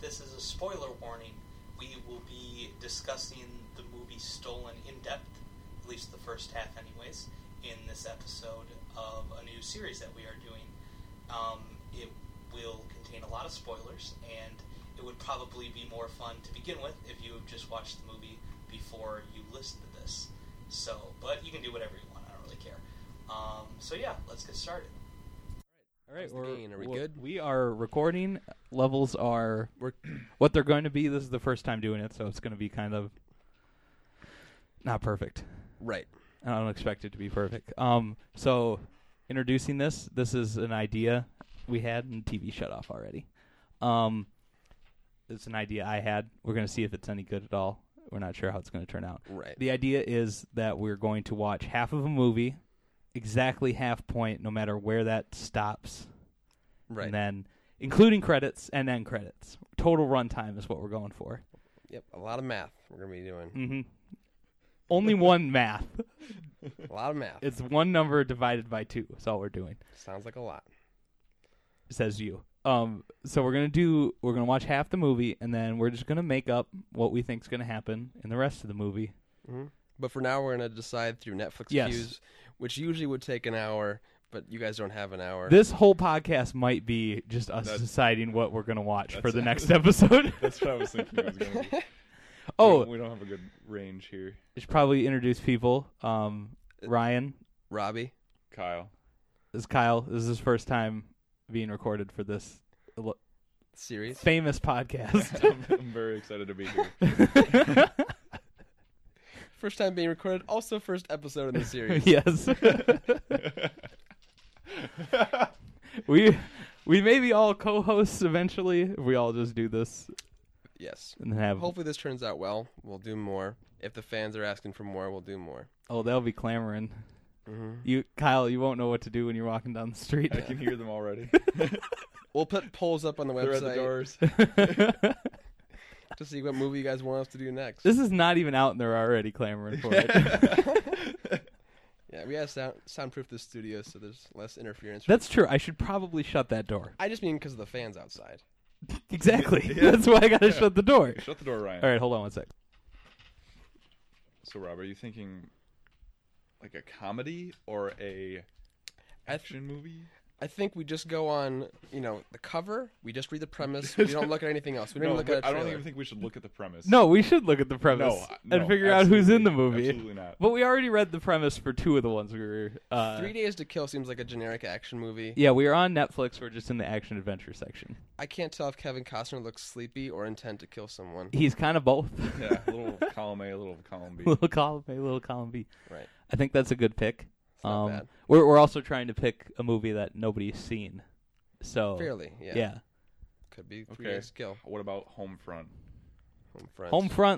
this is a spoiler warning. We will be discussing the movie Stolen in depth, at least the first half, anyways, in this episode of a new series that we are doing. Um, it will contain a lot of spoilers, and it would probably be more fun to begin with if you have just watched the movie before you listen to this. So, but you can do whatever you want. I don't really care. Um, so yeah, let's get started. All right, How's the we're, gain? Are we we're- good? We are recording. Levels are We're what they're going to be. This is the first time doing it, so it's going to be kind of not perfect. right. And I don't expect it to be perfect. Um, so introducing this, this is an idea we had, and TV shut off already. Um, it's an idea I had. We're going to see if it's any good at all. We're not sure how it's going to turn out. Right. The idea is that we're going to watch half of a movie, exactly half point, no matter where that stops. Right. and then including credits and end credits. Total runtime is what we're going for. yep. A lot of math we're gonna be doing. hmm Only one math. a lot of math. It's one number divided by two. That's all we're doing. Sounds like a lot. Says you. Um. So we're gonna do. We're gonna watch half the movie, and then we're just gonna make up what we think's gonna happen in the rest of the movie. hmm But for now, we're gonna decide through Netflix Yes. views, which usually would take an hour, but you guys don't have an hour. This whole podcast might be just us That's- deciding what we're gonna watch for that's- the next episode. That's what I was thinking. It was gonna be. oh, we, we don't have a good range here, we should probably introduce people. Um, Ryan Robbie, Kyle. this is Kyle. This is his first time being recorded for this series. famous podcast. I'm, I'm very excited to be here. First time being recorded. Also, first episode in the series. yes. we we may be all co-hosts eventually if we all just do this yes. and have Hopefully, this turns out well. We'll do more. If the fans are asking for more, we'll do more. oh they'll be clamoring. hmm You Kyle, you won't know what to do when you're walking down the street. I can hear them already. We'll put polls up on the They're at website the doors. to see what movie you guys want us to do next. this is not even out and they're already clamoring for it. yeah, we have sound- soundproof the studio, so there's less interference. That's true. I should probably shut that door. I just mean because of the fans outside. Exactly. Yeah. That's why I gotta Yeah. shut the door. Shut the door, Ryan. All right, hold on one sec. So, Rob, are you thinking like a comedy or a I action movie? I think we just go on, you know, the cover. We just read the premise. We don't look at anything else. We don't no, even but look at. A I don't trailer. even think we should look at the premise. No, we should look at the no, premise I- and no, figure out who's in the absolutely, movie. Absolutely not. But we already read the premise for two of the ones we were. Uh, Three Days to Kill seems like a generic action movie. yeah, we are on Netflix. We're just in the action adventure section. I can't tell if Kevin Costner looks sleepy or intent to kill someone. He's kind of both. Yeah, a little column A, a little column B. little column A, little column B. Right. I think that's a good pick. It's not um, bad. We're we're also trying to pick a movie that nobody's seen. So Fairly, yeah. yeah, Could be Three Okay. Days to Kill. What about Homefront? Home front.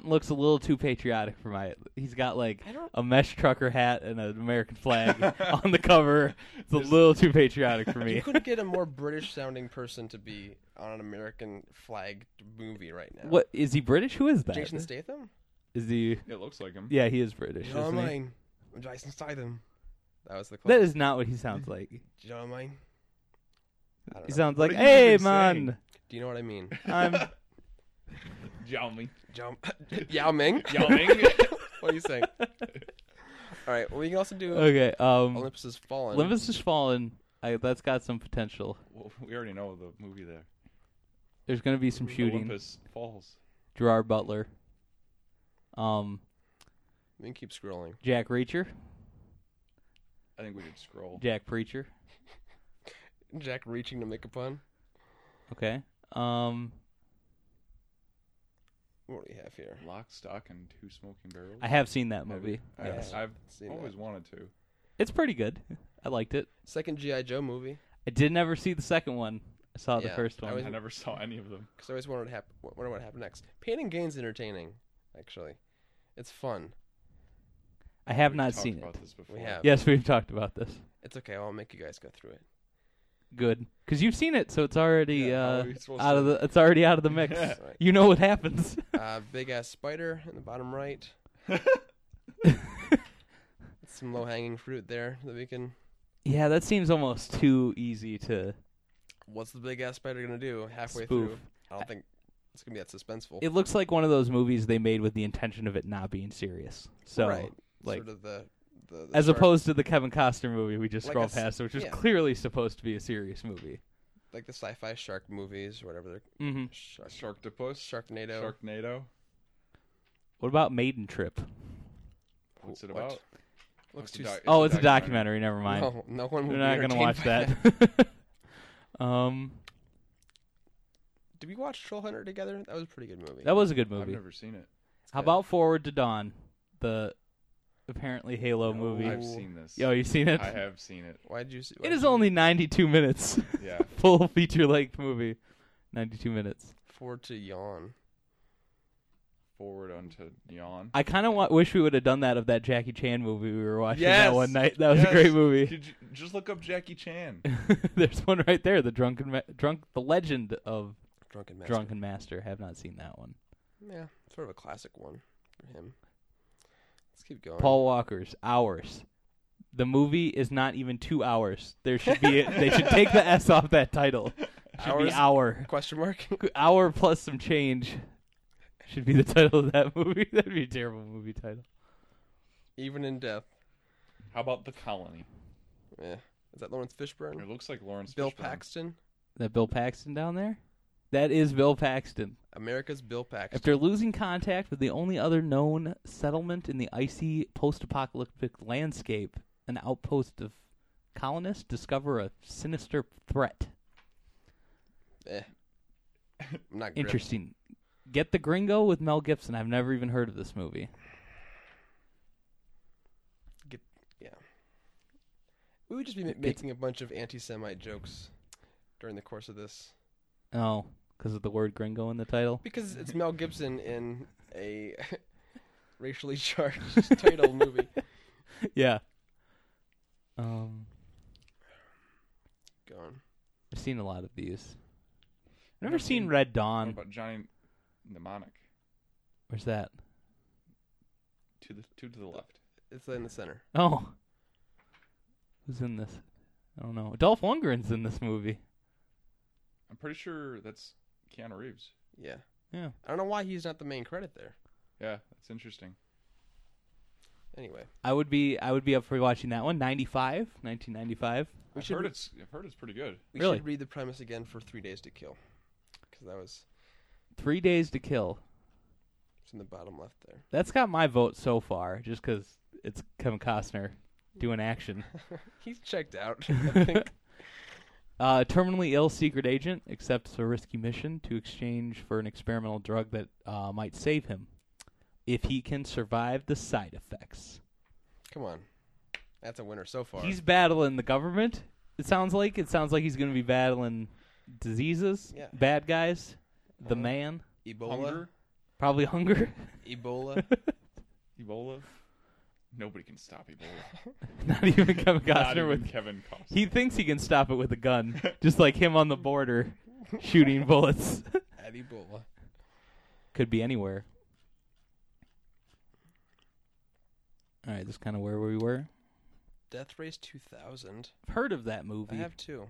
Homefront looks a little too patriotic for my. He's got like I don't. a mesh trucker hat and an American flag on the cover. It's a little too patriotic for You me. couldn't get a more British sounding person to be on an American flag movie right now. What is he British? Who is that? Jason Statham? Is he? It looks like him. Yeah, he is British. John isn't he? mine. I'm Jason Statham. That was the. That clip. is not what he sounds like. John mine. I don't He know. sounds What like, are you "Hey even man, Do you know what I mean? I'm Yao Ming. John Yao Ming. Yao Ming. What are you saying? All right. Well, we can also do okay." Um, Olympus Has Fallen. Olympus Has Fallen. I, that's got some potential. Well, we already know the movie there. There's going to be some shooting. Olympus Falls. Gerard Butler, um, We can keep scrolling. Jack Reacher, I think we could scroll. Jack Preacher. Jack reaching to make a pun. Okay. Um, What do we have here? Lock, Stock, and Two Smoking Barrels. I have seen that Have movie. you? I- Yes. I've Seen always that. wanted to. It's pretty good. I liked it. Second GI Joe movie. I did never see the second one. I saw the Yeah, first I one. was- I never saw any of them. Because I always wondered what hap- wonder what happened next. Pain and Gain's entertaining, actually. It's fun. I have We've not talked seen it. about This before. We have. Yes, we've talked about this. It's okay. I'll make you guys go through it. Good, because you've seen it, so it's already Yeah, how uh, are we supposed out to- of the. It's already out of the mix. It's all right. You know what happens. uh, big ass spider in the bottom right. Some low hanging fruit there that we can. Yeah, that seems almost too easy to What's the big ass spider gonna do halfway spoof. through? I don't think It's gonna be that suspenseful. It looks like one of those movies they made with the intention of it not being serious. So, right. like, sort of the, the, the as shark- opposed to the Kevin Costner movie we just Like a scrolled s- past, which was yeah. clearly supposed to be a serious movie. like the sci-fi shark movies or whatever they're hmm shark, Sharktopus, Sharknado. Sharknado. What about Maiden Trip? What's it What? about? Looks It's a too. doc- s- oh, it's a documentary. Never mind. Oh, No, no one. would We're be not gonna entertained watch by that. um, Did we watch Troll Hunter together? That was a pretty good movie. that was a good I've movie. never seen it. How good. about Forward to Dawn, the apparently Halo No. movie? I've Ooh. seen this. Yo, you seen it? I have seen it. Why did you? See, why'd It is you only 92 minutes. Yeah. Full feature length movie. 92 minutes. afford to yawn. Forward onto Yawn. I kind of wa- wish we would have done that of that Jackie Chan movie we were watching Yes! that one night. That was a Yes! great movie. Did you, just look up Jackie Chan. There's one right there, the drunken ma- drunk, the legend of Drunken Master. drunken master. Have not seen that one. Yeah, sort of a classic one for him. Let's keep going. Paul Walker's Hours. The movie is not even two hours. There should be. A, they should take the S off that title. Should Hours? be hour. Question mark. Hour plus some change should be the title of that movie. That'd be a terrible movie title. Even in death. How about The Colony? Yeah. Is that Lawrence Fishburne? It looks like Lawrence Bill Fishburne. Paxton. That Bill Paxton down there. That is Bill Paxton. America's Bill Paxton. After losing contact with the only other known settlement in the icy post apocalyptic landscape, an outpost of colonists discover a sinister threat. Eh. I'm not gripped. Interesting. Get the Gringo with Mel Gibson. I've never even heard of this movie. We would just be ma- making a bunch of anti-Semite jokes during the course of this Oh, because of the word Gringo in the title. because it's Mel Gibson in a racially charged title movie. Yeah. Um, Going. I've seen a lot of these. I've Never never seen seen- Red What Dawn. about Johnny Mnemonic? Where's that? To the two to the left. It's in the center. Oh, who's in this? I don't know. Dolph Lundgren's in this movie. I'm pretty sure that's Keanu Reeves. Yeah. Yeah. I don't know why he's not the main credit there. Yeah, that's interesting. Anyway, I would be I would be up for watching that one. 95, 1995. we I've should heard re- it's I've heard it's pretty good. we Really? should read the premise again for Three Days to Kill, because that was Three Days to Kill. it's in the bottom left there. That's got my vote so far, just because it's Kevin Costner doing action. He's checked out. I think. Uh, terminally ill secret agent accepts a risky mission to exchange for an experimental drug that uh, might save him if he can survive the side effects. Come on, that's a winner so far. He's battling the government. It sounds like it sounds like he's going to be battling diseases, Yeah. bad guys, the Uh-huh. man, Ebola, Hunger, probably hunger. Ebola. Ebola. Nobody can stop Ebola. Not even Kevin Not Costner even with Kevin Costner. he thinks he can stop it with a gun, just like him on the border shooting bullets. At Ebola. Could be anywhere. All right, that's kind of where we were. Death Race 2000. I've heard of that I movie. have two.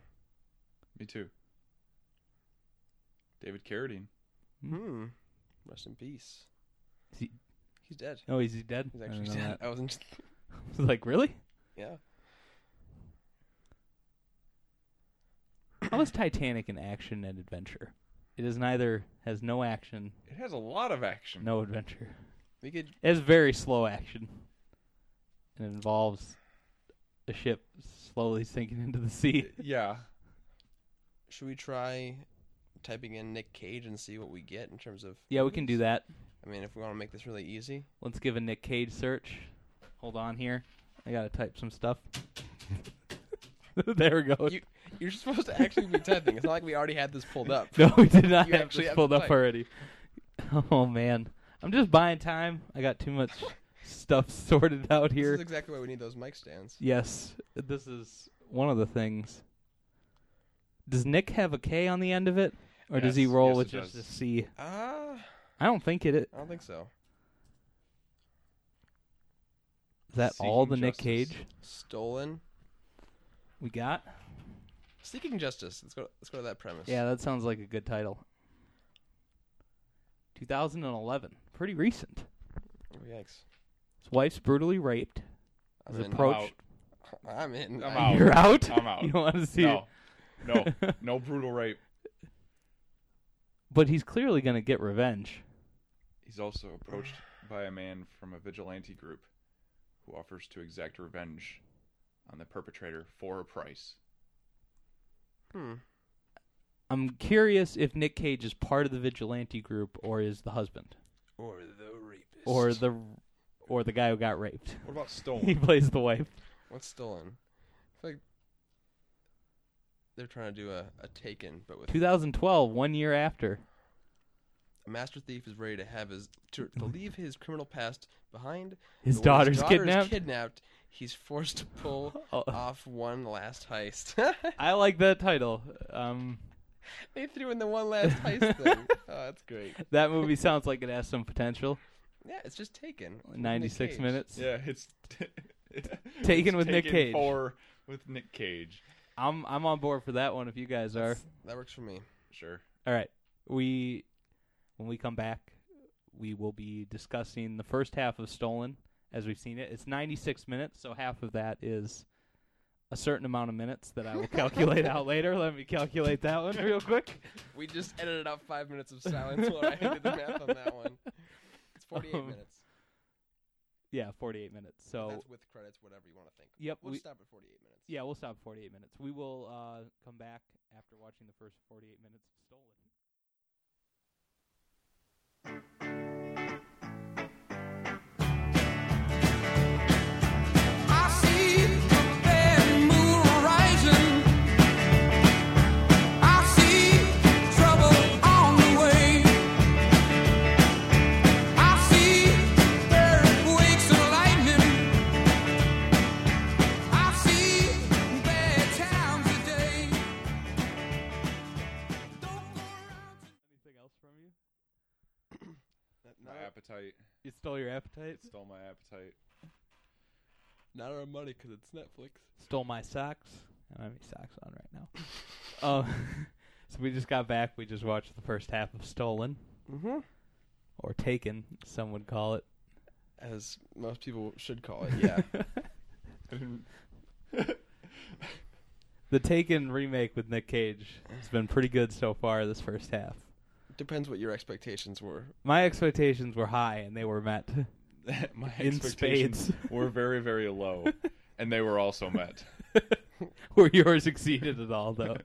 Me too. David Carradine. Hmm. Rest in peace. Is he- He's dead. Oh, is he dead? He's I didn't actually know dead. that. I wasn't. I was like, really? Yeah. How is Titanic an action and adventure? It is neither. Has no action, It has a lot of action. no adventure. We could. It has very slow action. It involves a ship slowly sinking into the sea. Yeah. Should we try typing in Nick Cage and see what we get in terms of? Yeah, we can do that. I mean, if we want to make this really easy. Let's give a Nick Cage search. Hold on here. I gotta type some stuff. there we go. You, you're supposed to actually be typing. It's not like we already had this pulled up. no, we did not you have actually this have pulled to up type. already. Oh man, I'm just buying time. I got too much stuff sorted out This here. is exactly why we need those mic stands. yes, this is one of the things. Does Nick have a K on the end of it, or does he Yes, roll yes, with it just a does. C? Ah, I don't think it. Is I don't think so. that all the Seeking Nick justice. Cage Stolen. we got? Seeking justice. Let's go. Let's go to that premise. Yeah, that sounds like a good title. 2011. Pretty recent. Oh, yikes. His wife's brutally raped. I'm Is in. pro- approached. I'm in. I'm I- out. You're out. I'm out. You don't want to see it. No, no, no brutal rape. But he's clearly going to get revenge. He's also approached by a man from a vigilante group who offers to exact revenge on the perpetrator for a price. Hmm. I'm curious if Nick Cage is part of the vigilante group or is the husband Or the rapist. or the or the guy who got raped. What about he Stone? plays the wife. What's stolen? It's like they're trying to do a, a taken, but with 2012, one year after. a master thief is ready to have his to, to leave his criminal past behind. His But when daughter's daughter is kidnapped. kidnapped. He's forced to pull Oh. off one last heist. I like that title. Um, they threw in the one last heist thing. Oh, that's great. that movie sounds like it has some potential. Yeah, it's just taken. With Nick 96 Cage. minutes. yeah, it's Taken it's with Nick Taken Cage. For with Nick Cage, I'm I'm on board for that one if you guys are. That works for me. sure. All right. We when we come back, we will be discussing the first half of Stolen as we've seen it. It's 96 minutes, so half of that is a certain amount of minutes that I will calculate out later. Let me calculate that one real quick. We just edited out five minutes of silence while I did the math on that one. It's 48 Um, minutes. Yeah, 48 minutes. But So that's with credits, whatever you want to think. Yep, We'll we- stop at 48 minutes. yeah, we'll stop at 48 minutes. We will uh, come back after watching the first 48 minutes of Stolen. I see the bad moon rising. I see trouble on the way. I see earthquakes and lightning. I see bad times today. Don't go around. Anything else from you? My Not, appetite. You stole your appetite. It stole my appetite. not our money because it's Netflix. stole my socks. I don't have any socks on right now. um, so we just got back. We just watched the first half of Stolen Mm-hmm. or Taken, some would call it. As most people should call it, yeah. I didn't- The Taken remake with Nick Cage has been pretty good so far this first half. Depends what your expectations were. My expectations were high and they were met. my In expectations spades. were very, very low, and they were also met. Were yours exceeded at all though?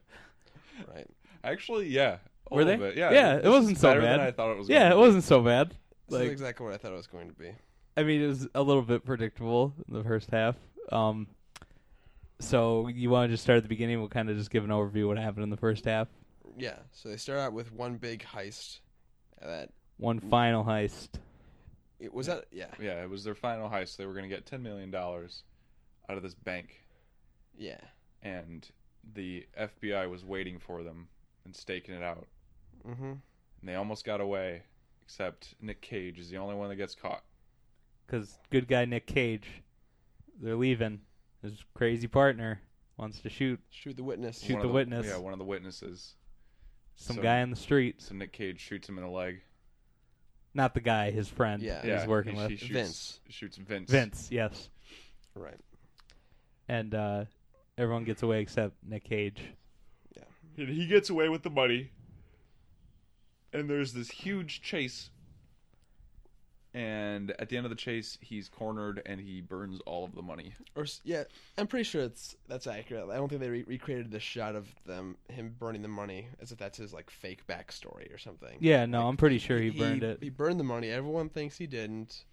Right. Actually, yeah. a Were little they? bit. Yeah, Yeah, it this is wasn't so better bad. Than I thought it was. yeah, gonna it be. wasn't so bad. This is Like exactly what I thought it was going to be. I mean, it was a little bit predictable in the first half. Um, so you want to just start at the beginning? We'll kind of just give an overview of what happened in the first half. Yeah. So they start out with one big heist. That One final heist. it was that. Yeah. Yeah, it was their final heist. They were going to get ten million dollars out of this bank, Yeah. and the FBI was waiting for them and staking it out. Mm-hmm. And they almost got away, except Nick Cage is the only one that gets caught. Because good guy Nick Cage, they're leaving. His crazy partner wants to shoot Shoot the witness. Shoot One the of witness. Yeah, one of the witnesses. some So- guy in the street. So Nick Cage shoots him in the leg. Not the guy, his friend Yeah. he's working he- with. he shoots, Vince. Shoots Vince. Vince, yes. Right. And uh, everyone gets away except Nick Cage. And he gets away with the money. And there's this huge chase. And at the end of the chase, he's cornered and he burns all of the money. Or s- yeah, I'm pretty sure it's that's accurate. I don't think they re- recreated the shot of them him burning the money as if that's his like fake backstory or something. Yeah, no, I'm pretty sure he, burned it. He burned the money. Everyone thinks he didn't.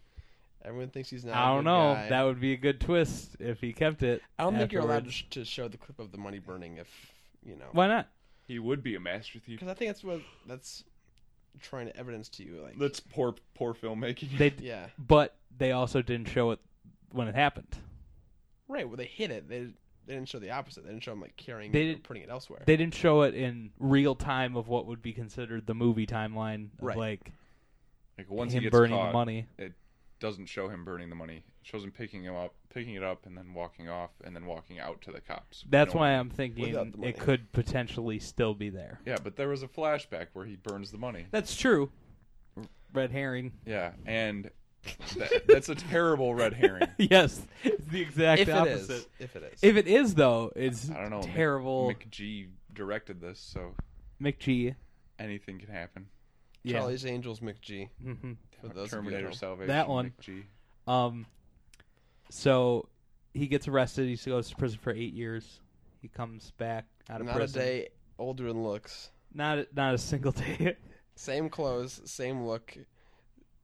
Everyone thinks he's not. a I don't good know. guy. That would be a good twist if he kept it. I don't think you're allowed to, afterwards. sh- to show the clip of the money burning if you know. Why not? He would be a master thief. Because I think that's what that's trying to evidence to you. Like That's poor, poor filmmaking. They, yeah, but they also didn't show it when it happened. right. Well, they hid it. They they didn't show the opposite. They didn't show him like carrying They it or did- putting it elsewhere. They didn't show it in real time of what would be considered the movie timeline, of Right. like like once he him gets burning caught, the money. it doesn't show him burning the money. It shows him picking him up, picking it up, and then walking off, and then walking out to the cops. We That's don't- why I'm Without thinking the money. it could potentially still be there. Yeah, but there was a flashback where he burns the money. That's true. red herring. Yeah, and that, that's a terrible red herring. yes, it's the exact if it opposite. is, if it is, If it is though, it's I don't know. Mc- terrible. McG directed this, so McGee. anything can happen. Yeah. Charlie's Angels McG. hmm For those of you Terminator who- Salvation. That one. McG. Um, so he gets arrested. He goes to prison for eight years. He comes back out of not prison. a day older in looks. Not a- not a single day. Same clothes, same look.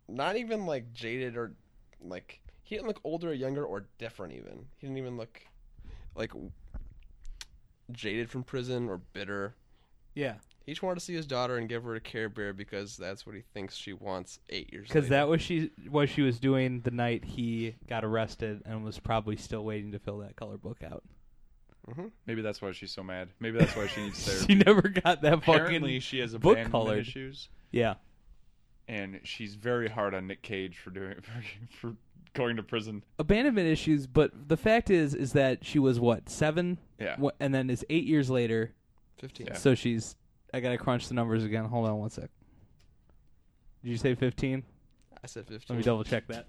Not even like jaded or like he didn't look older or younger or different. Even he didn't even look like w- jaded from prison or bitter. yeah, He just wanted to see his daughter and give her a Care Bear because that's what he thinks she wants. Eight years because that later. was she what she was doing the night he got arrested and was probably still waiting to fill that color book out. Maybe that's why she's so mad. Maybe that's why she needs therapy. she never got that Apparently, fucking she has book abandonment colored. issues, yeah. and she's very hard on Nick Cage for doing for, for going to prison. abandonment issues but the fact is is that she was what seven Yeah. Wha- and then it's eight years later fifteen. Yeah. so she's i gotta crunch the numbers again hold on one sec did you say 15 I said fifteen. let me double check that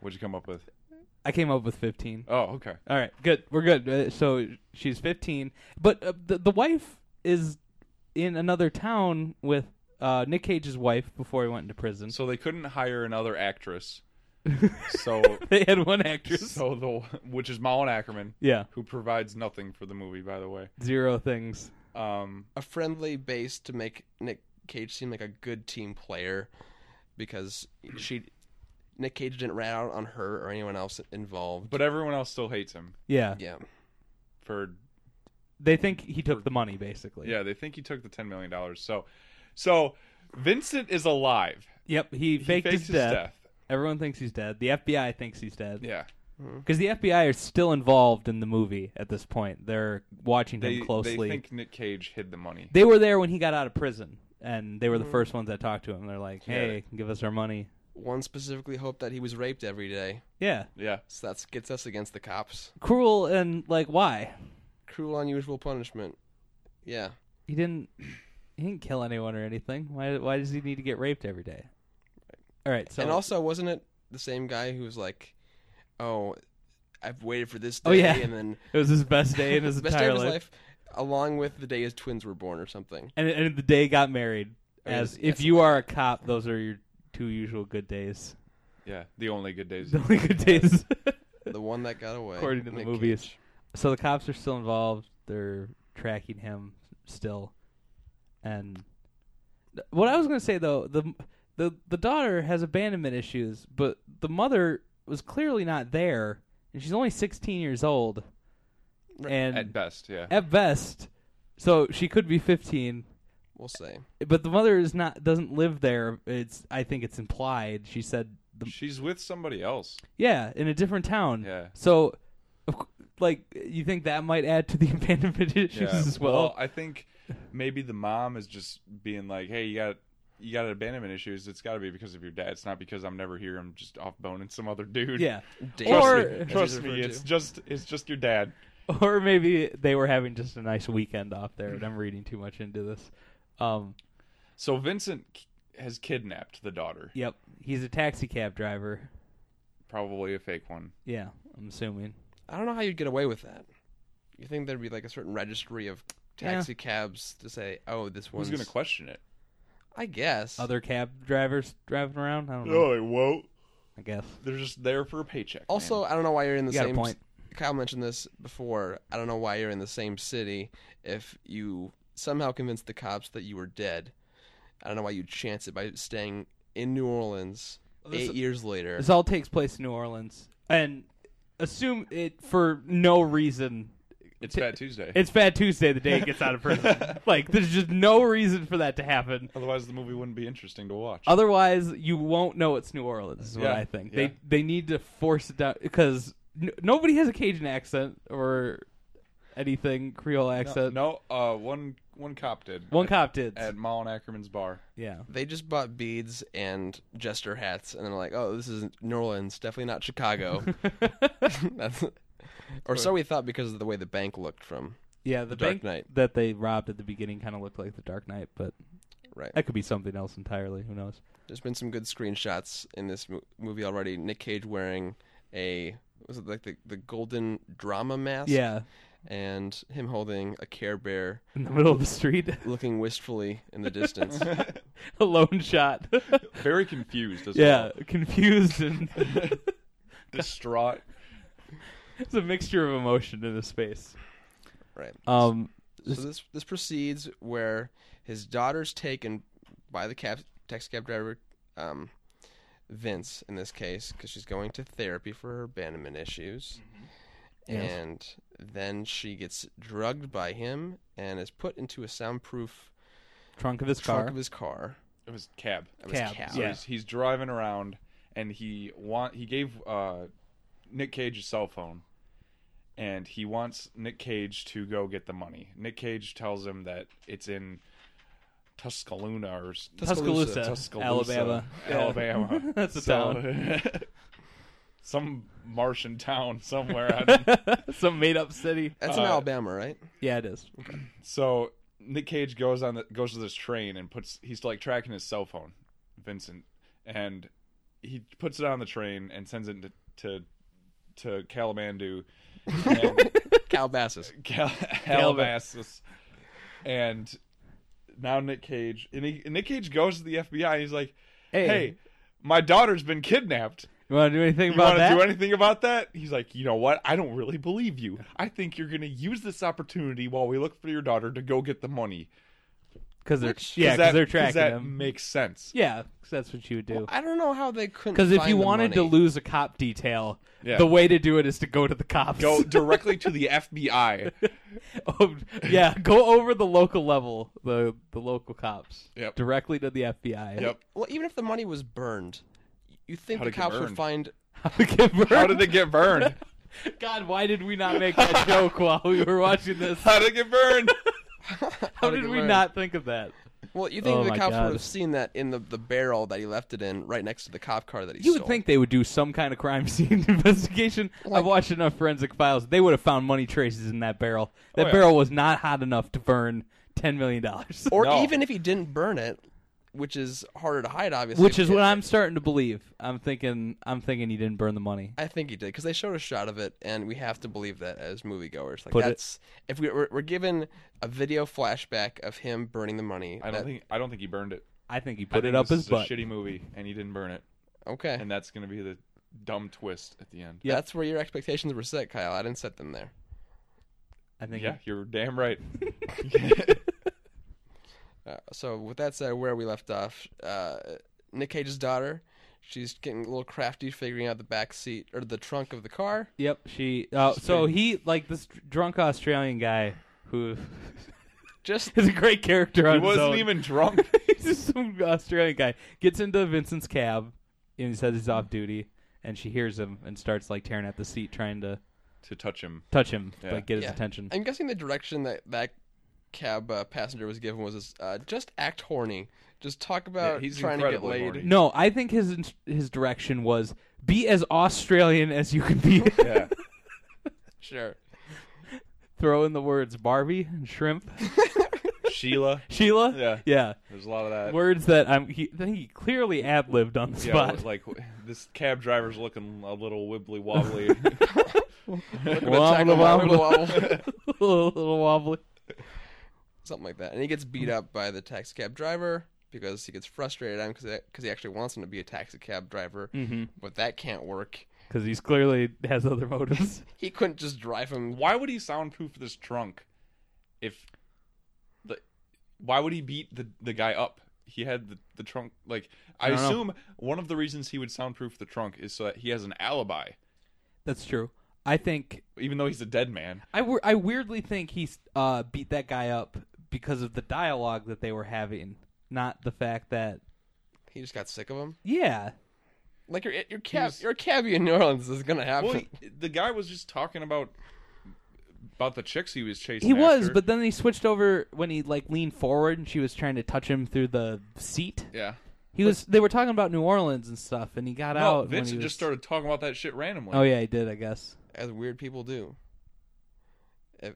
What'd you come up with? i came up with 15 Oh, okay. all right good we're good Uh, so she's 15 but uh, the, the wife is in another town with uh, nick cage's wife before he went into prison So they couldn't hire another actress. So they had one actress so the which is Malin Ackerman, yeah who provides nothing for the movie, by the way. zero things Um, a friendly base to make Nick Cage seem like a good team player because she Nick Cage didn't rat out on her or anyone else involved. but everyone else still hates him yeah yeah, for they think he took the money basically yeah. They think he took the ten million dollars. So so Vincent is alive. Yep, he He faked, faked his, death. death. Everyone thinks he's dead. The FBI thinks he's dead Yeah. because the FBI are still involved in the movie at this point. They're watching They, him they closely. think Nick Cage hid the money. They were there when he got out of prison, and they were the first ones that talked to him. They're like, Mm-hmm. Yeah. "Hey, give us our money." one specifically hoped that he was raped every day, Yeah, Yeah. so that gets us against the cops. cruel and like, why? Cruel, unusual punishment. Yeah, He didn't. He didn't kill anyone or anything. Why? Why does he need to get raped every day? All right. So and also wasn't it the same guy who was like, "Oh, I've waited for this day," Oh, yeah. and then it was his best day in his best entire day of his life. life, along with the day his twins were born or something. and and the day got married. I mean, As it's- if it's- you are a cop, those are your two usual good days. Yeah. The only good days. The only good days, The one that got away, according to the Nick movie. Cage. is- So the cops are still involved. They're tracking him still, and th- what I was going to say though the the the daughter has abandonment issues, but the mother was clearly not there, and she's only 16 years old, Right. and At best, yeah. at best, so she could be 15. We'll say. but the mother is not doesn't live there. It's I think it's implied. She said, the, She's with somebody else. "Yeah, in a different town." Yeah. So, of cou- like, you think that might add to the abandonment issues Yeah. as well? I think maybe the mom is just being like, "Hey, you got you got abandonment issues. It's got to be because of your dad. It's not because I'm never here. I'm just off boning some other dude." yeah. Trust Or- me, as trust me it's just it's just your dad. Or maybe they were having just a nice weekend off there, and I'm reading too much into this. Um. So Vincent k- has kidnapped the daughter, Yep. He's a taxi cab driver. probably a fake one. Yeah. I'm assuming. I don't know how you'd get away with that. You think there'd be like a certain registry of Yeah. taxi cabs to say, "Oh, this one's." Who's gonna question it? I guess. Other cab drivers driving around. I don't know. like, whoa. I guess. They're just there for a paycheck. also, man. I don't know why you're in the You got a same. point. Kyle mentioned this before. I don't know why you're in the same city if you somehow convinced the cops that you were dead. I don't know why you chance it by staying in New Orleans this eight is- years later. This all takes place in New Orleans, and assume it for no reason. it's Fat Tuesday. It's Fat Tuesday the day it gets out of prison. like, there's just no reason for that to happen. Otherwise, the movie wouldn't be interesting to watch. Otherwise, you won't know it's New Orleans. Is what Yeah, I think. yeah. They they need to force it down because n- nobody has a Cajun accent or anything Creole no, accent. no, uh, one one cop did. One at, cop did. at Malin Ackerman's bar. yeah. they just bought beads and jester hats, and they're like, "Oh, this is New Orleans, definitely not Chicago." That's, or so we thought because of the way the bank looked from. Yeah, the Dark bank Knight. that they robbed at the beginning kind of looked like the Dark Knight, but Right. That could be something else entirely. Who knows? There's been some good screenshots in this mo- movie already. Nick Cage wearing a was it like the, the golden drama mask? Yeah, And him holding a Care Bear, in the middle of the street, looking wistfully in the distance. a lone shot. Very confused as yeah, well. confused and Distraught. it's a mixture of emotion in the space. right. Um, So this this proceeds where his daughter's taken by the cab taxi cab driver, um, Vince in this case, because she's going to therapy for her abandonment issues, Mm-hmm. Yes. and then she gets drugged by him and is put into a soundproof trunk of his trunk car. of his car. It was cab. It was Cab, cab. So Yeah. he's, he's driving around, and he want he gave uh, Nick Cage his cell phone, and he wants Nick Cage to go get the money. Nick Cage tells him that it's in Tuscaloosa or s- Tuscaloosa, Tuscaloosa, Alabama. Yeah. Alabama. That's a town. some Martian town somewhere. I don't- Some made up city. That's in Uh, Alabama, right? Yeah, it is. so Nick Cage goes on the, goes to this train and puts he's like tracking his cell phone, Vincent, and he puts it on the train and sends it to to, to Kalamandoo, and Calabasas. Cal- Calabasas, and now Nick Cage and, he, and Nick Cage goes to the FBI and he's like, Hey, "Hey, my daughter's been kidnapped." you want to do anything You about want to that? do anything about that? He's like, you know what? I don't really believe you. I think you're going to use this opportunity while we look for your daughter to go get the money. Because they're Which- yeah, 'Cause because that- they're 'cause tracking that him. makes sense. yeah, 'cause that's what you would do. I don't know how they couldn't. Because if find you the wanted to money. lose a cop detail, Yeah. the way to do it is to go to the cops. Go directly to the FBI. Oh, yeah, go over the local level, the the local cops. Yep. Directly to the FBI. Yep. well, even if the money was burned, you think How'd the it get cops would burned? find How did they get burned? God, why did we not make that joke while we were watching this? How did it get burned? How did we not think of that? Well, you think Oh the my cops God. would have seen that in the, the barrel that he left it in, right next to the cop car that he You stole. would think they would do some kind of crime scene investigation. I've watched enough forensic files. They would have found money traces in that barrel. That Oh, yeah. barrel was not hot enough to burn $10 million. or No. even if he didn't burn it, which is harder to hide, obviously. Which is it- what I'm starting to believe. I'm thinking I'm thinking he didn't burn the money. I think he did because they showed a shot of it, and we have to believe that as moviegoers. Like Put it- that's if we we're, we're given a video flashback of him burning the money. I that- don't think I don't think he burned it. I think he I put think it up this his is butt. a shitty movie and he didn't burn it. Okay, And that's going to be the dumb twist at the end. Yep. that's where your expectations were set, Kyle. I didn't set them there. I think Yeah, you're damn right. Uh, so with that said, where we left off, uh, Nick Cage's daughter, she's getting a little crafty, figuring out the back seat or the trunk of the car. Yep, she. Uh, so he like this drunk Australian guy who Just is a great character on he his wasn't own. even drunk. He's just some Australian guy gets into Vincent's cab and he says he's off duty, and she hears him and starts like tearing at the seat trying to to touch him. touch him, Yeah. like get his Yeah. attention. I'm guessing the direction that that cab uh, passenger was given was uh, just act horny. Just talk about he's trying to get incredibly laid. horny. no, I think his his direction was be as Australian as you can be. Yeah. Sure. Throw in the words Barbie and shrimp, Sheila. Sheila. Yeah. yeah. There's a lot of that. Words that I'm he, I think he clearly ad libbed on the Yeah, spot. like this cab driver's looking a little wibbly wobbly. Wobble, wobble. wobble. a little wobbly. Something like that. And he gets beat up by the taxi cab driver because he gets frustrated at him because he actually wants him to be a taxi cab driver, Mm-hmm. but that can't work. Because he's clearly has other motives. He couldn't just drive him. why would he soundproof this trunk? If the why would he beat the the guy up? He had the, the trunk like I, don't know. assume one of the reasons he would soundproof the trunk is so that he has an alibi, That's true. I think even though he's a dead man. I, we- I weirdly think he uh, beat that guy up because of the dialogue that they were having, not the fact that He just got sick of him. yeah, Like your your cab was- your cabbie in New Orleans is gonna happen. Well, he, the guy was just talking about about the chicks he was chasing. he was, after. but then he switched over when he like leaned forward and she was trying to touch him through the seat. yeah, He was they were talking about New Orleans and stuff, and he got no, out. when he Vincent was, just started talking about that shit randomly. Oh yeah, he did. I guess as weird people do. If,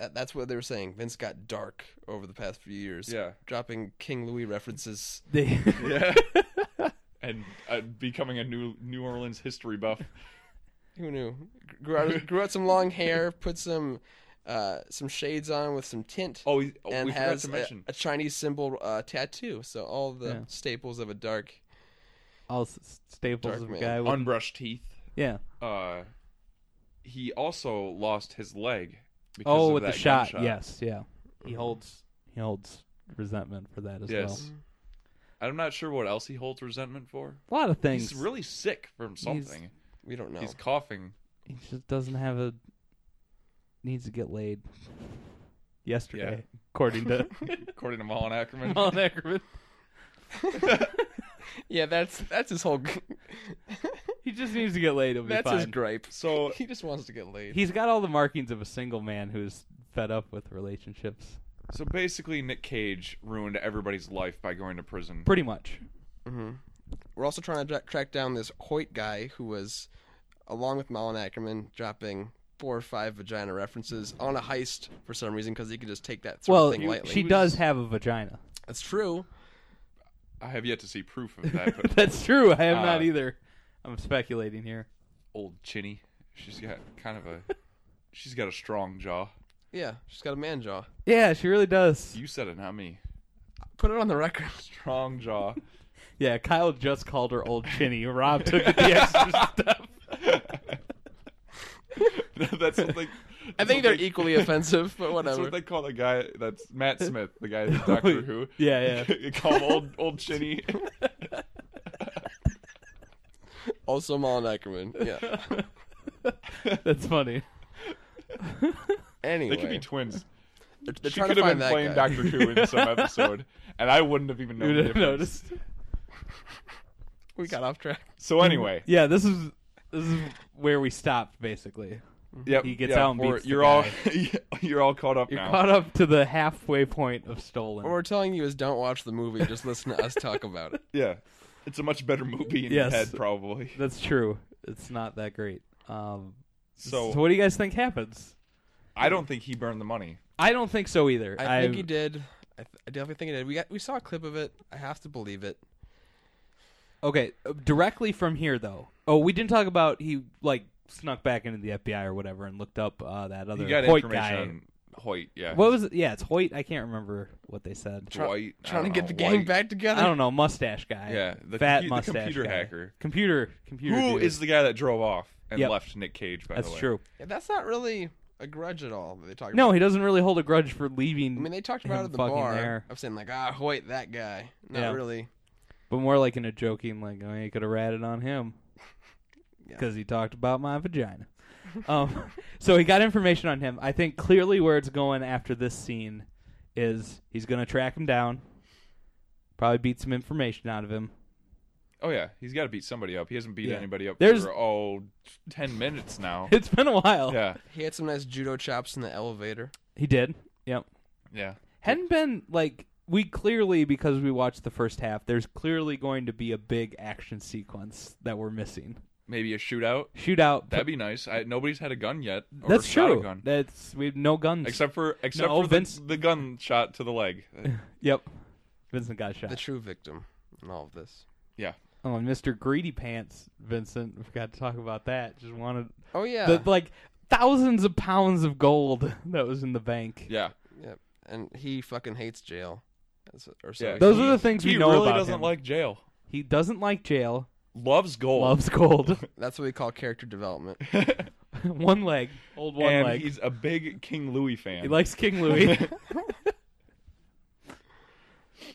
uh, that's what they were saying. Vince got dark over the past few years. Yeah. dropping King Louis references. They, Yeah. and uh, becoming a new New Orleans history buff. Who knew? Grew out, grew out some long hair, put some uh, some shades on with some tint, Oh, he, oh, and we forgot has to a- mention. A, Chinese symbol uh, tattoo. So all the Yeah. staples of a dark. all s- staples Dark of a man. guy with unbrushed teeth. yeah. Uh, he also lost his leg. Because Oh, of with the that shot. gunshot. Mm-hmm. Yes, yeah. He holds he holds resentment for that as Yes. Mm-hmm. I'm not sure what else he holds resentment for. well. A lot of things. He's really sick from something. We don't know. He's, coughing. he just doesn't have a needs to get laid. Yesterday, according to According to Mullen Ackerman. Alan Ackerman, Yeah, that's that's his whole. he just needs to get laid. He'll be that's fine. his gripe. So He just wants to get laid. He's got all the markings of a single man who's fed up with relationships. so basically Nick Cage ruined everybody's life by going to prison. Pretty much. We're also trying to dra- track down this Hoyt guy who was, along with Malin Ackerman, dropping four or five vagina references on a heist for some reason because he could just take that sort Well, of thing lightly. she does have a vagina. That's true. I have yet to see proof of that, but That's true. I have not Uh, either. I'm speculating here. old Chinny, she's got kind of a she's got a strong jaw. Yeah, she's got a man jaw. Yeah, she really does. You said it, not me. Put it on the record. Strong jaw. Yeah, Kyle just called her old chinny. Rob took it the extra step. I that's what they, that's think what they're they- equally offensive, but That's whatever. what they call the guy. That's Matt Smith, the guy in Doctor Who. Yeah, yeah. they call him old old Chinny. Also, Malin Ackerman. Yeah. That's funny. Anyway, They could be twins. they're, they're she trying could to have find been that playing guy. Doctor Who in some episode, and I wouldn't have even known. You the would have difference. noticed. We got off track. So anyway, Yeah, this is this is where we stopped basically. yep, He gets yeah, out and we're- beats the You're all you're all caught up You're now. caught up to the halfway point of stolen. What we're telling you is don't watch the movie. Just listen to us talk about it. Yeah, it's a much better movie in Yes. your head probably. That's true. It's not that great. Um, so, So what do you guys think happens? I don't think he burned the money. I don't think so either. I think I've- he did. I, th- I definitely think he did. We got, we saw a clip of it. I have to believe it. Okay, uh, directly from here though. Oh, we didn't talk about he like snuck back into the FBI or whatever and looked up uh, that He other got Hoyt information guy. on Hoyt. Yeah, What was it? Yeah, it's Hoyt. I can't remember what they said. Dwight, I Trying to don't get know, the gang White. back together. I don't know, mustache guy. Yeah, the fat compu- the mustache computer guy. hacker. Computer, computer. Who dude. is the guy that drove off and Yep. left Nick Cage? By That's the way, true. Yeah, that's not really a grudge at all. that They talk No, about. he doesn't really hold a grudge for leaving. I mean they talked him about it at the fucking bar. there, of saying like, ah, Hoyt, that guy. Not Yeah. really. but more like in a joking, like, I could have ratted on him Yeah. because he talked about my vagina. um, so he got information on him. I think clearly where it's going after this scene is he's going to track him down, probably beat some information out of him. Oh yeah, he's got to beat somebody up. He hasn't beat Yeah. anybody up There's- for oh ten minutes now. It's been a while. yeah, He had some nice judo chops in the elevator. He did. Yep. yeah. hadn't been like we clearly because we watched the first half there's clearly going to be a big action sequence that we're missing Maybe a shootout. shootout That'd be nice. I, nobody's had a gun yet. Or that's shot true A gun. that's we have no guns Except for except No, for Vince- the, the gun shot to the leg. yep vincent got The shot true victim in all of this. yeah. oh mr greedy pants vincent we forgot to talk about that just wanted Oh yeah. the, like thousands of pounds of gold that was in the bank Yeah. yeah. And he fucking hates jail. That's- Or so. Yeah. he- those are the things He we know really about doesn't him. like jail. he doesn't like jail Loves gold. loves gold That's what we call character development. one leg old one and leg he's a big King Louis fan. he likes king louis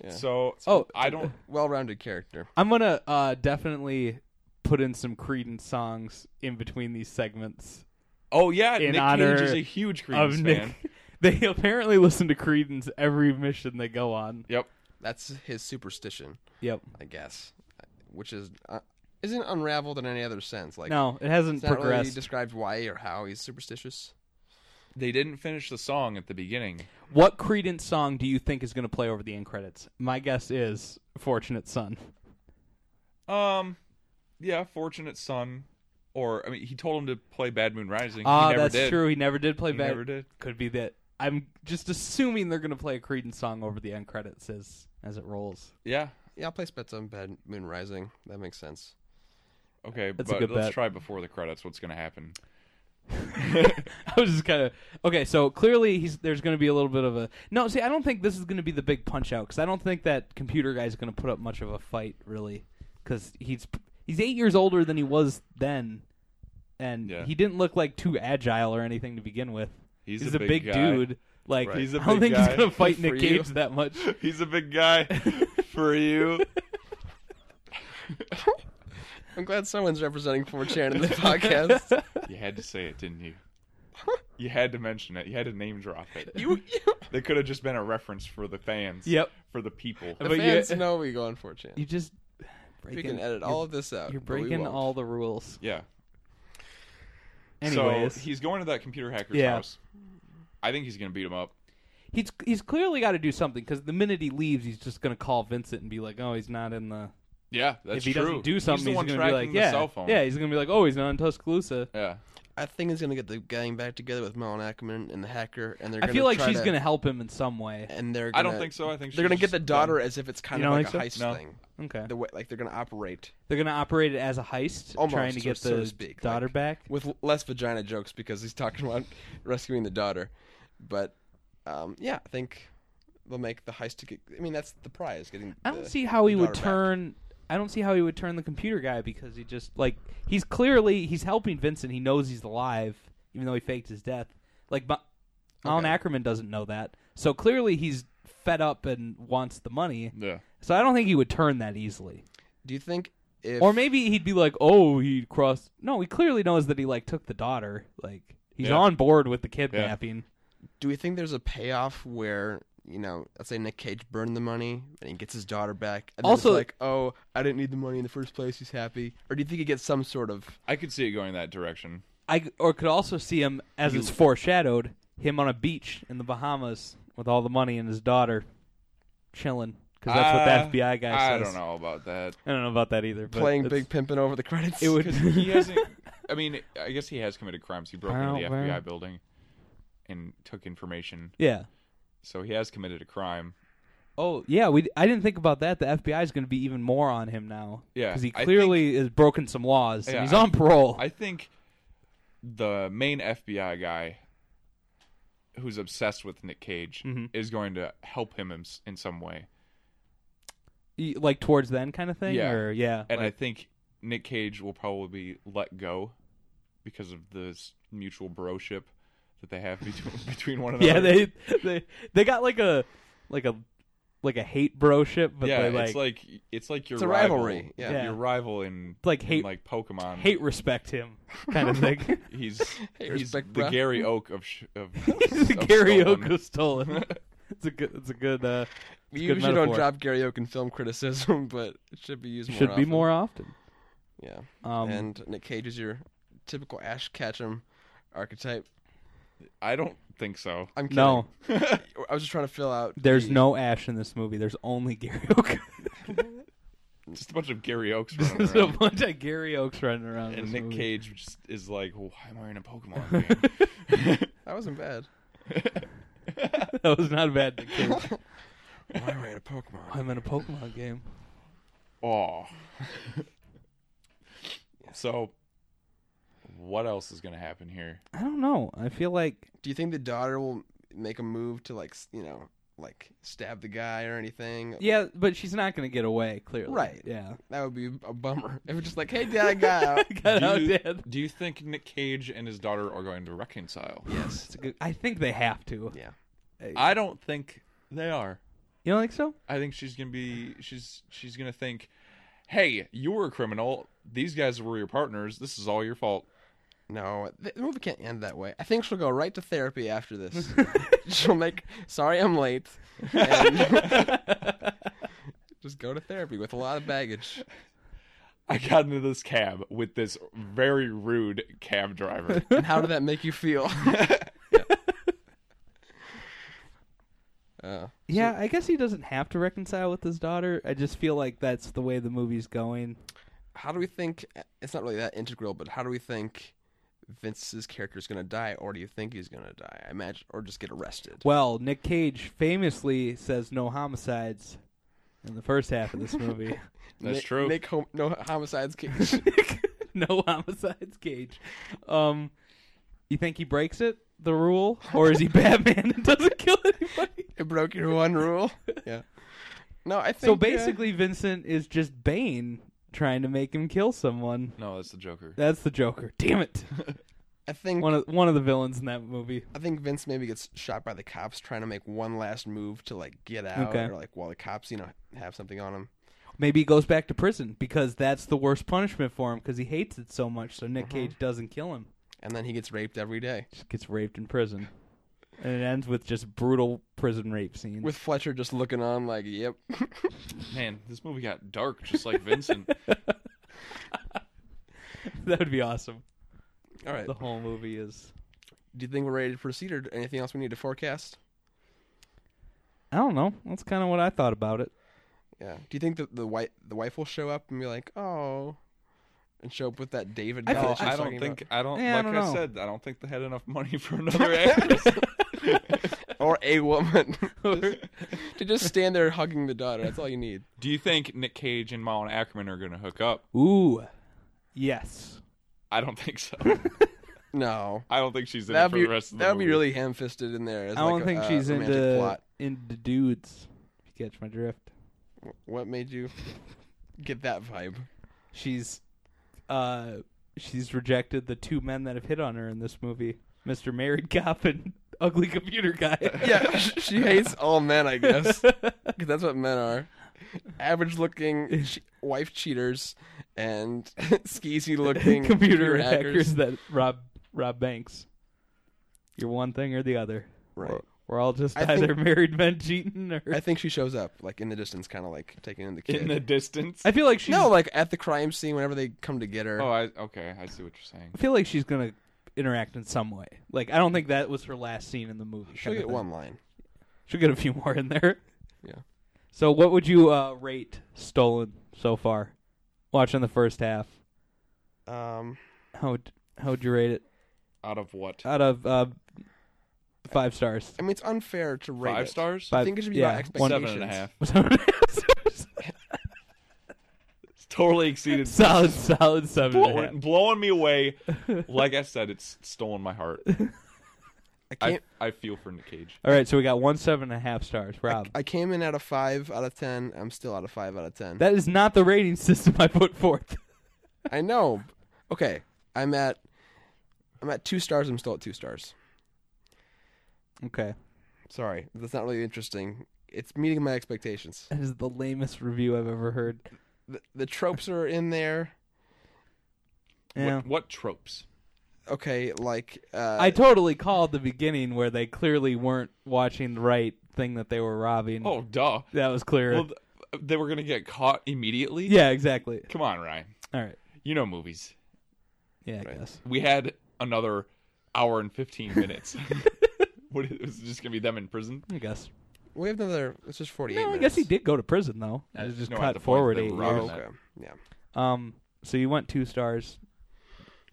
so Oh. I don't Well-rounded character. I'm gonna uh, definitely put in some Creedence songs in between these segments Oh yeah, In Nick honor Cage is a huge of Creedence fan. Nick. They apparently listen to Creedence every mission they go on. Yep. That's his superstition, Yep. I guess, which is uh, isn't unraveled in any other sense. Like No, it hasn't It's not really progressed. described why or how he's superstitious. They didn't finish the song at the beginning. What Creedence song do you think is gonna play over the end credits? My guess is "Fortunate Son." Um, yeah, Fortunate Son. Or I mean, he told him to play Bad Moon Rising. Ah, he never that's did. true. He never did play He Bad. never did. Could be that. I'm just assuming they're gonna play a Creedence song over the end credits as as it rolls. Yeah. Yeah, I'll play Spitz on Bad Moon Rising. That makes sense. Okay, That's a but good let's bet. try before the credits what's going to happen. I was just kind of okay. So clearly, he's there's going to be a little bit of a no. See, I don't think this is going to be the big punch out because I don't think that computer guy's going to put up much of a fight really because he's he's eight years older than he was then, and Yeah. he didn't look like too agile or anything to begin with. He's, a, big, guy. dude. Like Right. He's a I don't big think guy. he's going to fight For Nick you. Cage that much. He's a big guy for you. I'm glad someone's representing 4chan in the podcast. You had to say it, didn't you? You had to mention it. You had to name drop it. you, you, They could have just been a reference for the fans. Yep. For the people. the But you- fans know we go on 4chan. You just we breaking, can edit you're- all of this out. You're but we breaking won't. all the rules. Yeah. Anyways, So he's going to that computer hacker's Yeah. house. I think he's going to beat him up. he's he's clearly got to do something because the minute he leaves, he's just gonna call Vincent and be like, "Oh, he's not in the." Yeah, that's if he true. doesn't do something, he's, he's, the one gonna be tracking like, the "Yeah, cell phone. yeah." He's gonna be like, "Oh, he's not in Tuscaloosa." yeah. I think he's gonna get the gang back together with Melon Ackerman and the hacker, and they're. I Gonna feel like try she's to, gonna help him in some way. And they're. Gonna, I don't think so. I think They're she's gonna get just the daughter as if it's kind You of don't like a think heist No. thing. Okay, The way, like they're gonna operate they're gonna operate it as a heist, Almost, trying to so- get so the to speak, like- daughter back. with l- less vagina jokes because he's talking about rescuing the daughter, but um, yeah, I think they'll make the heist to get. I mean, that's the prize. Getting. I don't the- see how he the would daughter back. turn. I don't see how he would turn the computer guy because he just like he's clearly he's helping Vincent. He knows he's alive, even though he faked his death. Like, Ma- Alan Okay. Ackerman doesn't know that, so clearly he's fed up and wants the money. Yeah. So I don't think he would turn that easily. Do you think if Or maybe he'd be like, "Oh, he crossed." No, he clearly knows that he like took the daughter. Like he's Yeah. on board with the kidnapping. do we think there's a payoff where you know let's say Nick Cage burned the money and he gets his daughter back and then it's Also- like oh I didn't need the money in the first place he's happy or do you think he gets some sort of I could see it going that direction. I or could also see him as it's foreshadowed him on a beach in the Bahamas with all the money and his daughter chilling because that's Uh, what the FBI guy I says. don't know about that. I don't know about that either. But playing it's- big pimping over the credits It would. 'Cause he hasn't. I mean, I guess he has committed crimes. He broke into the Wow, FBI wow. building and took information, yeah. so he has committed a crime. Oh yeah, we. I didn't think about that. The FBI is going to be even more on him now. Yeah, because he I think- clearly has broken some laws. Yeah, and he's I- on parole. I think the main FBI guy, who's obsessed with Nick Cage, Mhm. is going to help him in, s- in some way, Y- like towards the end kind of thing. Yeah. Or yeah. and I think Nick Cage will probably be let go because of this mutual broship that they have between between one another. yeah, they they they got like a like a like a hate bro ship, but yeah, they like, it's like it's like your It's a rival- rivalry, yeah. Yeah. your rival in Like in, hate- like Pokemon hate respect him kind of thing. He's Hey, he's respect, the bruh. Gary Oak of sh- of, He's a of Gary Stolen. Oak of stolen. It's a good. It's a good. Uh, we good usually don't metaphor. drop Gary Oak in film criticism but it should be used more should be often. more often. yeah Um, and Nick Cage is your typical Ash Ketchum archetype I don't think so. I'm kidding no, I was just trying to fill out there's the- no Ash in this movie. There's only Gary Oak. Just a bunch of Gary Oaks running There's a around. bunch of Gary Oaks running around. in and this Nick movie. Cage just is like, why am I in a Pokemon game? that wasn't bad that was not a bad. Nick Cage. why am I in a Pokemon I'm in a Pokemon game. oh. so, what else is going to happen here? I don't know. I feel like Do you think the daughter will make a move to like s- you know like stab the guy or anything? yeah, but she's not going to get away. Clearly, Right. Yeah. that would be a bummer. If it's just like, hey, dad, I got out. Got out, you, Dad. do you think Nick Cage and his daughter are going to reconcile? yes, It's a good- I think they have to. yeah. I don't think they are. You don't think so? I think she's gonna be she's she's gonna think, hey, you were a criminal. These guys were your partners. This is all your fault. No, th- the movie can't end that way. I think she'll go right to therapy after this. she'll make sorry I'm late. And just go to therapy with a lot of baggage. I got into this cab with this very rude cab driver. And how did that make you feel? uh, Yeah, I guess he doesn't have to reconcile with his daughter. I just feel like that's the way the movie's going. how do we think it's not really that integral, but how do we think Vince's character is going to die, or do you think he's going to die? I imagine, or just get arrested. Well, Nick Cage famously says no homicides in the first half of this movie. That's Nick- true. Nick, hom- no homicides. Cage. no homicides, Cage. Um, you think he breaks it, the rule, or is he Batman and doesn't kill anybody? it broke your one rule. Yeah. No, I think So uh, basically, Vincent is just Bane trying to make him kill someone. No, that's the Joker. That's the Joker. Damn it! I think One of one of the villains in that movie. I think Vince maybe gets shot by the cops trying to make one last move to like get out, Okay. or like while the cops you know have something on him. Maybe he goes back to prison because that's the worst punishment for him because he hates it so much. So Mm-hmm. Nick Cage doesn't kill him. and then he gets raped every day. Just gets raped in prison, and it ends with just brutal prison rape scenes. With Fletcher just looking on, like, yep. Man, this movie got dark, just like Vincent. that would be awesome. All right. The whole movie is. Do you think we're ready to proceed, or anything else we need to forecast? I don't know. That's kind of what I thought about it. Yeah. Do you think that the wife the wife will show up and be like, oh, and show up with that David? I guy feel- No, that she was Oh, I don't talking think I don't Yeah, I like don't I, know. said, I don't think they had enough money for another actress. about? or a woman to just stand there hugging the daughter. That's all you need. Do you think Nick Cage and Malin Ackerman are gonna hook up? Ooh, yes. I don't think so. No, I don't think she's in it that'd for be the rest of the that'd movie. be really ham fisted in there. as I don't like a, think uh, she's romantic into plot. into dudes. If you catch my drift, What made you get that vibe? she's uh she's rejected the two men that have hit on her in this movie, Mister Married Cop and Ugly Computer Guy. Yeah, she hates all men, I guess. Because that's what men are. Average looking che- wife cheaters and skeezy looking computer hackers that rob rob banks. You're one thing or the other. Right. We're all just I either think- married men cheating or. I think she shows up, like, in the distance, kind of like taking in the kid. in the distance. I feel like she's. no, like at the crime scene whenever they come to get her. oh, I okay, I see what you're saying. I feel like she's gonna interact in some way. Like I don't think that was her last scene in the movie. she'll kinda get thing. one line. She'll get a few more in there. Yeah. So what would you uh, rate Stolen so far? Watching the first half, Um, how would, how would you rate it Out of what? out of uh, five stars? I mean, it's unfair to rate Five it. stars? I Five- think it should be yeah, about one- expectations. Seven and a half. solid, It's totally exceeded. solid seven. and a half. blowing, blowing me away. Like I said, it's stolen my heart. I, I, can't, I feel for Nick Cage. All right, so we got one seven and a half stars. Rob, I came in out of five out of ten. I'm still out of five out of ten. that is not the rating system I put forth. I know. Okay, I'm at I'm at two stars. I'm still at two stars. okay, Sorry, that's not really interesting. It's meeting my expectations. that is the lamest review I've ever heard. The, the tropes are in there. Yeah. What, what tropes? Okay, like uh, I totally called the beginning where they clearly weren't watching the right thing that they were robbing. Oh, duh. that was clear. Well, th- they were gonna get caught immediately. yeah, exactly. Come on, Ryan. All right. You know movies. Yeah, I guess. We had another hour and fifteen minutes. what is it was just gonna be them in prison? I guess. we have another. It's just forty eight. No, I minutes. guess he did go to prison though. It was just no, at the cut point forward they eight were Oh, years. robbed. okay, yeah. Um, so you went two stars.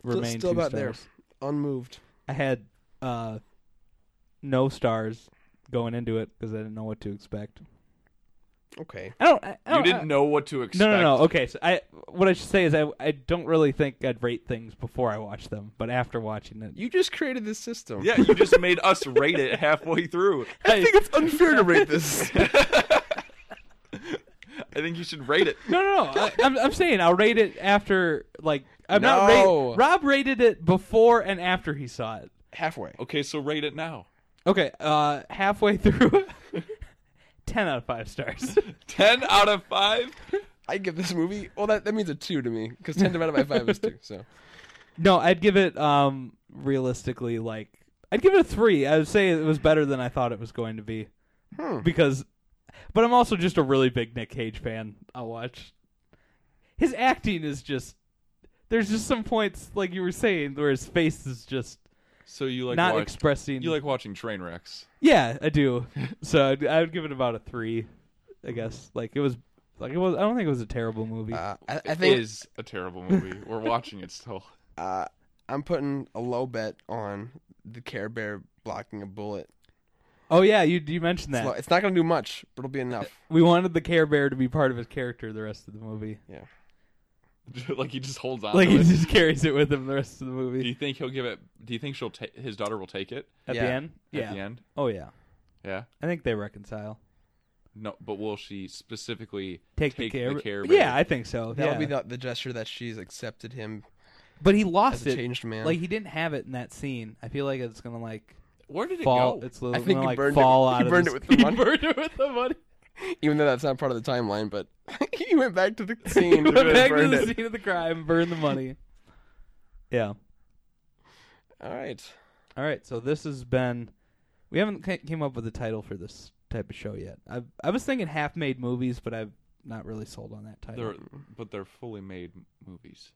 Still, Remain still two about stars. there. Unmoved. I had uh, no stars going into it because I didn't know what to expect. Okay. I don't. I, I Oh, You don't uh, didn't I- know what to expect. No, no, no. Okay, so I what I should say is I I don't really think I'd rate things before I watch them, but after watching it, You just created this system. Yeah, you just made us rate it halfway through. I think it's unfair to rate this. I think you should rate it. No, no, no. I, I'm, I'm saying I'll rate it after, like, I'm not No. rate, Rob rated it before and after he saw it. Halfway. Okay, so rate it now. Okay, uh, halfway through, 10 out of 5 stars. Ten out of five. I give this movie. Well, that, that means a two to me because ten divided by five is two. So no, I'd give it, um, realistically, like, I'd give it a 3. I would say it was better than I thought it was going to be. Hmm. Because, but I'm also just a really big Nick Cage fan. I'll watch. His acting is just, there's just some points, like you were saying, where his face is just So you like not watch- expressing. you like watching train wrecks. Yeah, I do. so I'd, I would give it about a three, I guess. Like it was Like it was. I don't think it was a terrible movie. Uh, I, I It think is a terrible movie. We're watching it still. uh, I'm putting a low bet on the Care Bear blocking a bullet. oh yeah, you you mentioned It's, that. lo- it's not going to do much, but it'll be enough. We wanted the Care Bear to be part of his character the rest of the movie. like he just holds on. Like to he it. just carries it with him the rest of the Do you movie. think he'll give it? Do you think she'll ta- his daughter will take it At Yeah. the end, at yeah. the end? Oh yeah, Yeah. I think they reconcile. No, but will she specifically Take, Take the care. the Care Yeah, Bear. I think so. That'll yeah. be the, the gesture that she's accepted him But he as lost a it. changed man. Like he didn't have it in that scene. I feel like it's gonna like Where did it fall. go? It's I gonna think he like burned fall it. out he of. burned his- it with the He money. burned it with the money. Even though that's not part of the timeline, but he went back to the scene. Went and back to burned the it. scene of the crime. Burn the money. yeah. All right. All right, so this has been. We haven't ca- came up with a title for this type of show yet. I I was thinking half made movies, but I'm not really sold on that title. They're, but they're fully made m- movies.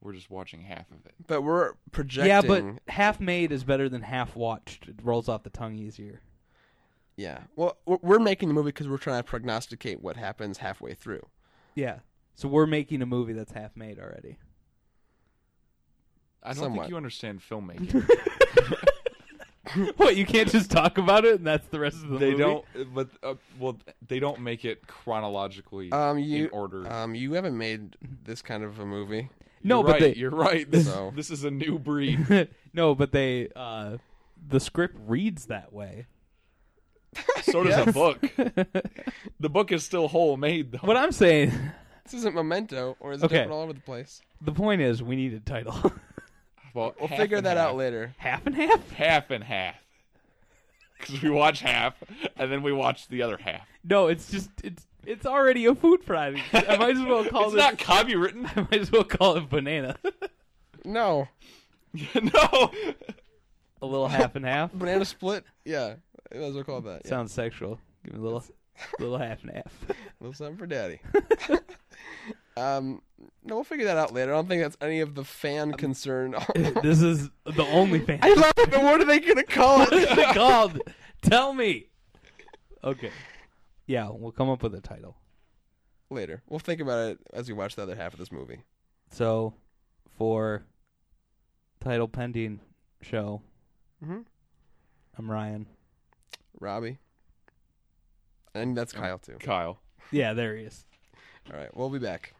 We're just watching half of it. But we're projecting. yeah, but half made is better than half watched. It rolls off the tongue easier. Yeah. Well, we're- we're making the movie because we're trying to prognosticate what happens halfway through. Yeah. So we're making a movie that's half made already. I don't Somewhat. think you understand filmmaking. what you can't just talk about it and that's the rest of the they movie. don't. But uh, well, they don't make it chronologically Um, you in order. um, you haven't made this kind of a movie. No, You're but right, they you're right. This, So- this is a new breed. no, but they uh, the script reads that way. So does the book. The book is still whole made though. What I'm saying This isn't Memento, or is it Okay. different all over the place? The point is, we need a title. Well, We'll half figure and that half. out later. half and half? Half and half. Because we watch half, and then we watch the other half. No, it's just it's it's already a food Friday. I might as well call it's this. not copywritten. I might as well call it banana. No, no. a little half and half banana split. Yeah, might as well call it that. Yeah. sounds sexual. Give me a little little half and half. little something for daddy. um, no, we'll figure that out later. I don't think that's any of the fan concern. this is the only fan. I love it, but what are they gonna call What is it? it called? Tell me. Okay. Yeah, we'll come up with a title. later, we'll think about it as we watch the other half of this movie. So, for title pending show, Mm-hmm. I'm Ryan. Robbie, and that's Kyle too. Kyle. Yeah, there he is. All right, we'll be back.